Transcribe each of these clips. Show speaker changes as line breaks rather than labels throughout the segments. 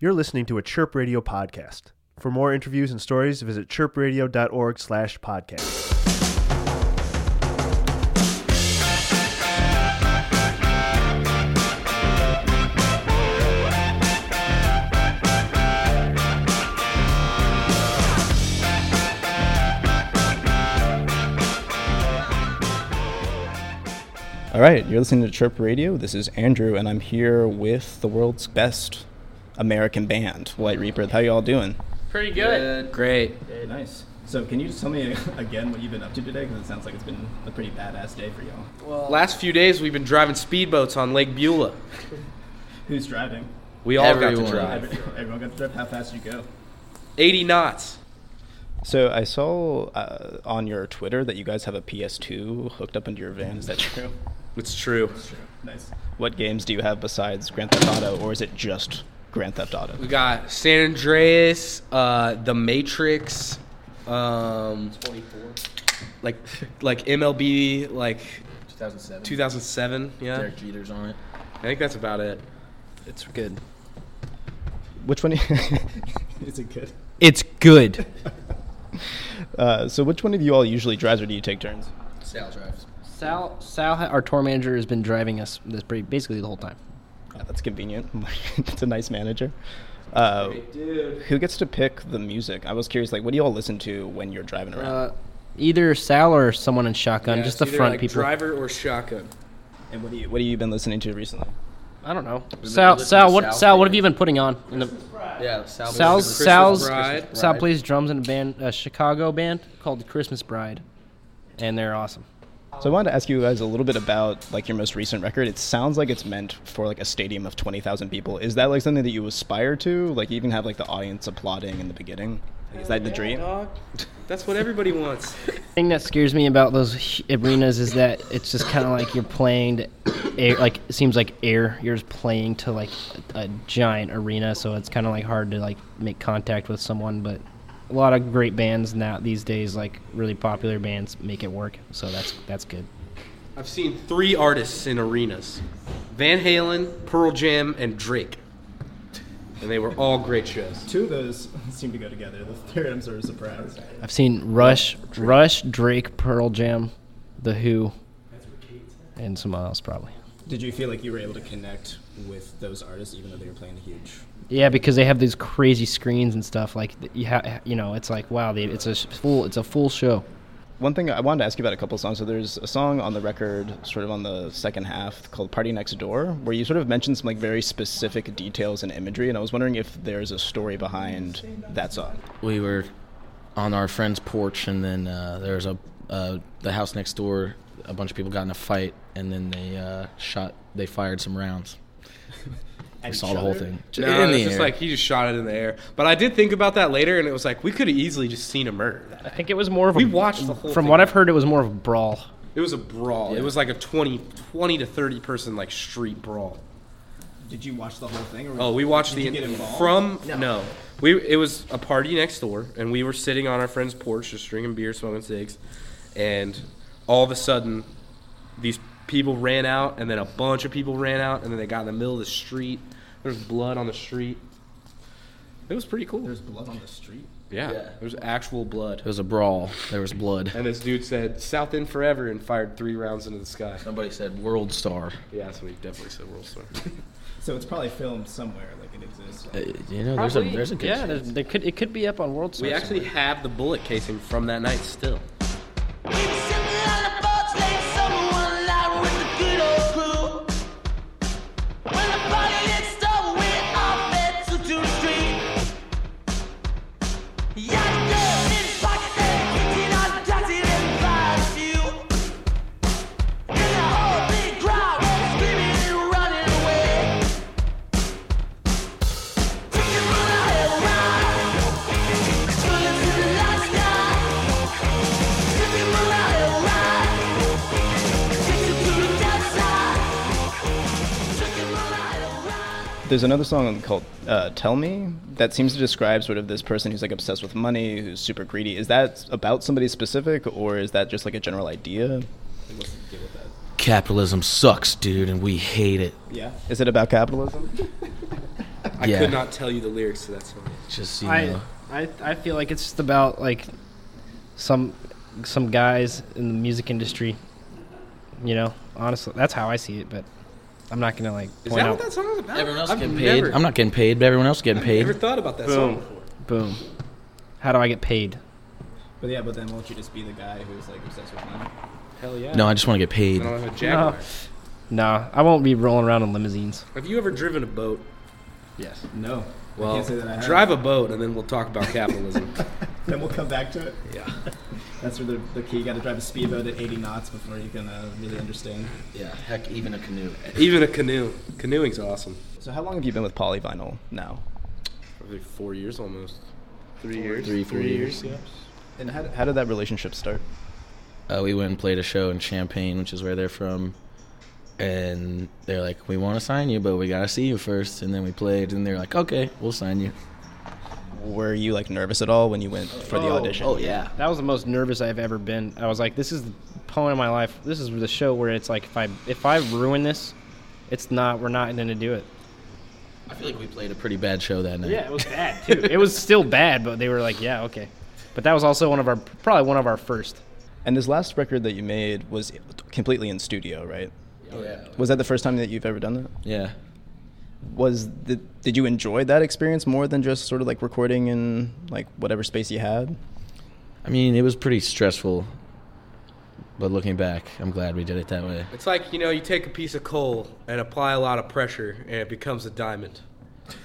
You're listening to a Chirp Radio podcast. For more interviews and stories, visit chirpradio.org slash podcast.
All right, you're listening to Chirp Radio. This is Andrew, and I'm here with the world's best American band, White Reaper. How y'all doing?
Pretty good.
Great.
Nice. So, can you just tell me again what you've been up to today? Because it sounds like it's been a pretty badass day for y'all.
Last few days we've been driving speedboats on Lake Beulah.
Who's driving?
We all got
Everyone.
to drive.
Everyone got to drive. How fast did you go?
80 knots.
So, I saw uh, on your Twitter that you guys have a PS2 hooked up into your van. Is that true?
It's true.
Nice. What games do you have besides Grand Theft Auto, or is it just Grand Theft Auto?
We got San Andreas, uh, The Matrix, um,
24,
like like MLB, like
2007.
2007. Yeah,
Derek Jeter's on it.
I think that's about it.
It's good.
Which one? is it good?
It's good.
Uh, so, which one of you all usually drives, or do you take turns?
Sal drives.
Sal, Sal, ha- our tour manager, has been driving us this pretty, basically the whole time.
Oh, that's convenient. that's a nice manager. Uh, who gets to pick the music? I was curious. Like, what do you all listen to when you're driving around?
Uh, either Sal or someone in shotgun,
Yeah,
just the
it's either,
front
like,
people.
Driver or shotgun.
and what do you what have you been listening to recently?
I don't know.
been
Sal,
listening
Sal,
to
what,
Sal's
Sal, what have
favorite.
you been putting on? In the,
Yeah, Sal.
Sal's,
Christmas
Sal's,
Bride.
Sal
Bride.
plays drums in a band, a Chicago band called the Christmas Bride, and they're awesome.
So I wanted to ask you guys a little bit about like your most recent record. It sounds like it's meant for like a stadium of twenty thousand people. Is that like something that you aspire to? Like you even have like the audience applauding in the beginning? Like, is that the dream?
Dog. That's what everybody wants.
The thing that scares me about those h- arenas is that it's just kind of like you're playing to air, like it seems like air. You're just playing to like a, a giant arena, so it's kind of like hard to like make contact with someone. But a lot of great bands now these days, like really popular bands, make it work. So that's that's good.
I've seen three artists in arenas: Van Halen, Pearl Jam, and Drake. And they were all great shows.
Two of those seem to go together. The third, I'm sort of surprised.
I've seen Rush, Rush, Drake, Pearl Jam, The Who, and someone else probably.
Did you feel like you were able to connect with those artists, even though they were playing huge?
Yeah, because they have these crazy screens and stuff. Like th- you, ha- you know, it's like wow, they, it's a sh- full, it's a full show.
One thing I wanted to ask you about a couple of songs. So there's a song on the record, sort of on the second half, called "Party Next Door," where you sort of mentioned some like very specific details and imagery, and I was wondering if there's a story behind that song.
We were on our friend's porch, and then uh, there was a uh, the house next door. A bunch of people got in a fight, and then they uh, shot. They fired some rounds. we saw the whole thing. J-
No,
in
it's
the
just
air.
like he just shot it in the air. But I did think about that later, and it was like we could have easily just seen a murder.
I think it was more of
We
a,
watched the whole
From
thing.
what I've heard, it was more of a brawl.
It was a brawl. It was like a 20, 20 to thirty person like street brawl.
Did you watch the whole thing? Or
Oh, we watched the from no. We it was a party next door, and we were sitting on our friend's porch, just drinking beer, smoking cigs, and all of a sudden, these people ran out, and then a bunch of people ran out, and then they got in the middle of the street. There was blood on the street. It was pretty cool.
blood on the street.
yeah,
Yeah.
there was actual blood.
It was a brawl. There was blood.
And this dude said, South End forever, and fired three rounds into the sky.
Somebody said world star.
Yeah, that's what he definitely said, World Star.
So it's probably filmed somewhere, like it exists.
Uh, you know, there's a there's a good
yeah.
yeah,
There's, there could it could be up on World Star.
we actually have the bullet casing from that night still.
There's another song called uh, "Tell Me" that seems to describe sort of this person who's like obsessed with money, who's super greedy. Is that about somebody specific, or is that just like a general idea?
Capitalism sucks, dude, and we hate it.
Yeah. Is it about capitalism?
I
Yeah.
could not tell you the lyrics to that song.
Just you
I,
know,
I I feel like it's just about like some some guys in the music industry. You know, honestly, that's how I see it. But I'm not gonna like
Is
point
that
out.
what that song is about?
everyone else
I've
getting paid.
never,
I'm not getting paid, but everyone else getting paid.
Never thought about that
Boom.
song before.
Boom. How do I get paid?
But yeah, but then won't you just be the guy who's like obsessed with money?
Hell yeah.
No, I just want to get
I
paid.
don't have a Jaguar.
No. Nah, I won't be rolling around in limousines.
Have you ever driven a boat?
Yes.
No.
Well,
I can't say that I have.
drive a boat, and then we'll talk about capitalism.
Then we'll come back to it.
yeah.
That's where the, the key. You got to drive a speedboat at 80 knots before you can uh, really understand.
Yeah, heck, even a canoe.
Even a canoe. Canoeing's awesome.
So how long have you been with Polyvinyl now?
Probably four years almost.
Three years.
Three, four years.
And how, how did that relationship start?
Uh, we went and played a show in Champaign, which is where they're from. And they're like, we want to sign you, but we got to see you first. And then we played, and they're like, okay, we'll sign you.
Were you like nervous at all when you went for the audition?
Oh, yeah.
That was the most nervous I've ever been. I was like, this is the point of my life. This is the show where it's like, if I if I ruin this, it's not. We're not going to do it.
I feel like we played a pretty bad show that night.
it was bad too. it was still bad, but they were like, yeah, okay. But that was also one of our probably one of our first.
And this last record that you made was completely in studio, right?
Yeah.
Was that the first time that you've ever done that?
Yeah.
Was the, did you enjoy that experience more than just sort of like recording in like whatever space you had?
I mean, it was pretty stressful. But looking back, I'm glad we did it that way.
It's like, you know, you take a piece of coal and apply a lot of pressure, and it becomes a diamond. And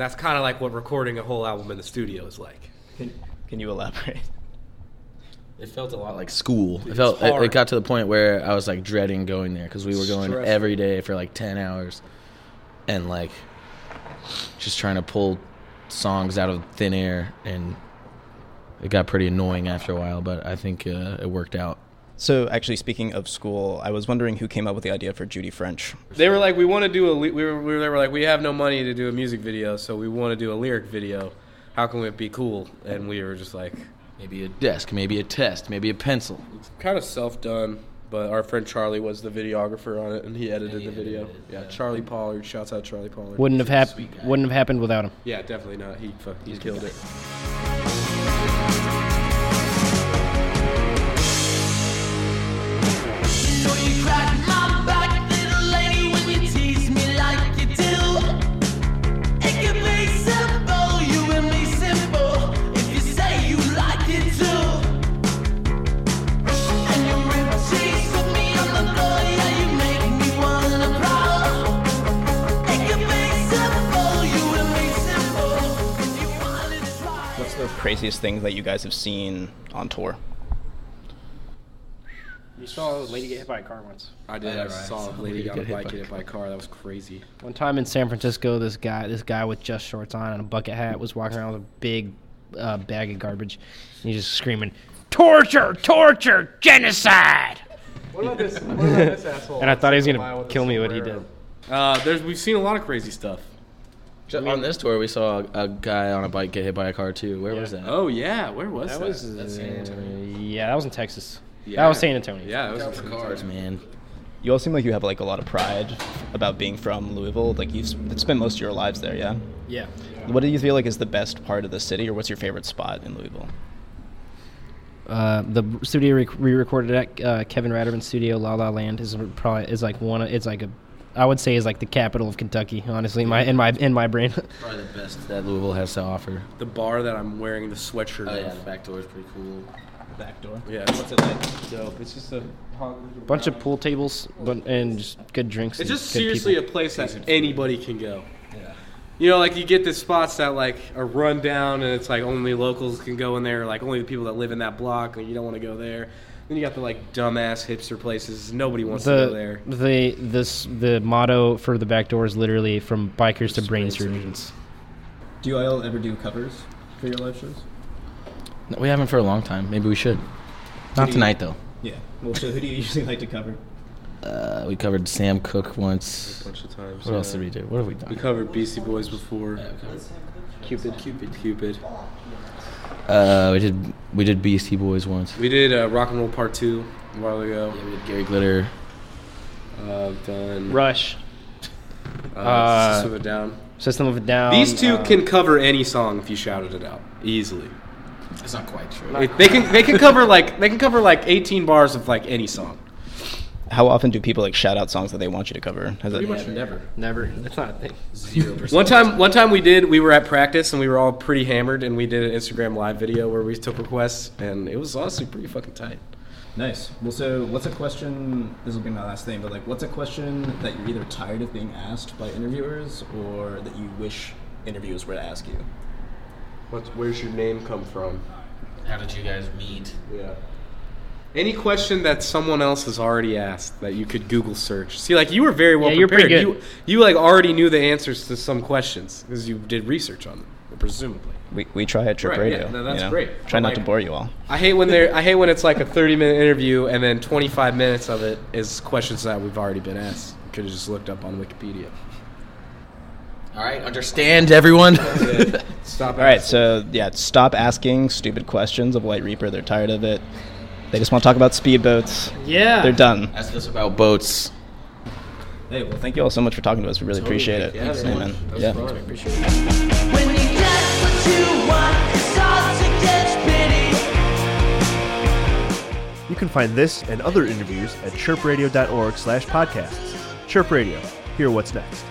that's kind of like what recording a whole album in the studio is like.
Can, can you elaborate?
It felt a lot like school. It
It's
felt. It,
hard.
it got to the point where I was like dreading going there because we were going
Stressful.
every day for like ten hours, and like just trying to pull songs out of thin air, and it got pretty annoying after a while. But I think uh, it worked out.
So actually speaking of school, I was wondering who came up with the idea for Judy French.
They were like, we want to do a. ly- We were, we were, they were like, we have no money to do a music video, so we want to do a lyric video. How can it be cool? And we were just like,
Maybe a desk, maybe a test, maybe a pencil.
kind of self done. But our friend Charlie was the videographer on it, and he edited
he
the video.
edited it,
yeah,
yeah.
Charlie Pollard. Shouts out Charlie Pollard.
Wouldn't have happened. Wouldn't have happened without him.
Yeah, definitely not. He fuck, he killed it.
You know you crack my back, little lady, when you tease me like you do. It can be simple, you and me simple, if you say you like it too. And you rip cheese with me on the floor, yeah, you make me wanna cry. It can be simple, you and me simple, if you wanted to try.
What's the craziest thing that you guys have seen on tour?
You saw a lady get hit by a car once.
I did. I saw a lady got a
get hit
bike
by
hit by a car. That was crazy.
One time in San Francisco, this guy, this guy with just shorts on and a bucket hat, was walking around with a big uh, bag of garbage, and he's just screaming, "Torture! Torture! Genocide!"
What about this? What about this asshole?
And I thought he was gonna kill me, what he did.
Uh, there's we've seen a lot of crazy stuff.
on this tour, we saw a, a guy on a bike get hit by a car too. Where was that?
Oh yeah, where was that?
That was uh, yeah, that was in Texas.
Yeah.
That was San Antonio.
yeah, that was
cars, man.
You all seem like you have like a lot of pride about being from Louisville. Like you've s- spent most of your lives there, yeah.
yeah.
What do you feel like is the best part of the city, or what's your favorite spot in Louisville?
Uh, the studio rec- we recorded at uh, Kevin Ratterman's studio, La La Land, is probably is like one. Of, it's like a, I would say is like the capital of Kentucky. Honestly, in my in my in my brain.
Probably the best that Louisville has to offer.
the bar that I'm wearing the sweatshirt.
Oh yeah,
of.
the back door is pretty cool.
Back door.
Yeah.
What's it like?
Dope. It's just a
Bunch of pool tables, but and just good drinks.
It's
and
just
good
seriously
people.
a place that anybody can go. Yeah. You know, like you get the spots that like are run down and it's like only locals can go in there, like only the people that live in that block, and you don't want to go there. Then you got the like dumbass hipster places. Nobody wants to go
the
there.
the this the motto for the back door is literally from bikers to brain surgeons.
Do you all ever do covers for your live shows?
No, we haven't for a long time. Maybe we should. Not tonight though.
Yeah. Well, so who do you usually like to cover?
Uh, we covered Sam Cooke once.
bunch of times.
What else did we do? What have we
We
done?
covered Beastie Boys before. Cupid, Cupid, Cupid.
Uh, we did we did Beastie Boys once.
We did uh, Rock and Roll Part Two a while ago.
Yeah, we did Gary Glitter.
Uh, done.
Rush.
Uh,
uh,
System of a Down.
System of a Down.
Um,
These two
uh,
can cover any song if you shouted it out easily.
It's not quite true.
If they can they can cover like they can cover like 18 bars of like any song.
How often do people like shout out songs that they want you to cover? Has that,
Pretty much never.
Never. That's not a thing.
Zero percent.
One time, one time we did. We were at practice and we were all pretty hammered, and we did an Instagram live video where we took requests, and it was honestly pretty fucking tight.
Nice. Well, so what's a question? This will be my last thing, but like, what's a question that you're either tired of being asked by interviewers or that you wish interviewers were to ask you?
What's, where's your name come from?
How did you guys meet?
Yeah. Any question that someone else has already asked that you could Google search. See, like you were very well
Yeah, you're pretty
prepared.
good.
You you like already knew the answers to some questions because you did research on them, presumably.
We, we try at Trip
Right, yeah,
Radio.
no, that's
you know?
great.
Try
But,
not
like-
to bore you all.
I hate when they're. I hate when it's like a 30 minute interview and then 25 minutes of it is questions that we've already been asked. Could have just looked up on Wikipedia.
All right, understand everyone.
Stop.
All right, so yeah, stop asking stupid questions of White Reaper. They're tired of it. They just want to talk about speedboats.
Yeah.
They're done.
Ask us about boats.
Hey, well, thank you all so much for talking to us. We really appreciate it.
Yeah,
Hey,
man.
man.
That
Yeah.
When you get what you want, it's hard to catch pity.
You can find this and other interviews at chirpradio.org slash podcasts. Chirp Radio. Hear what's next.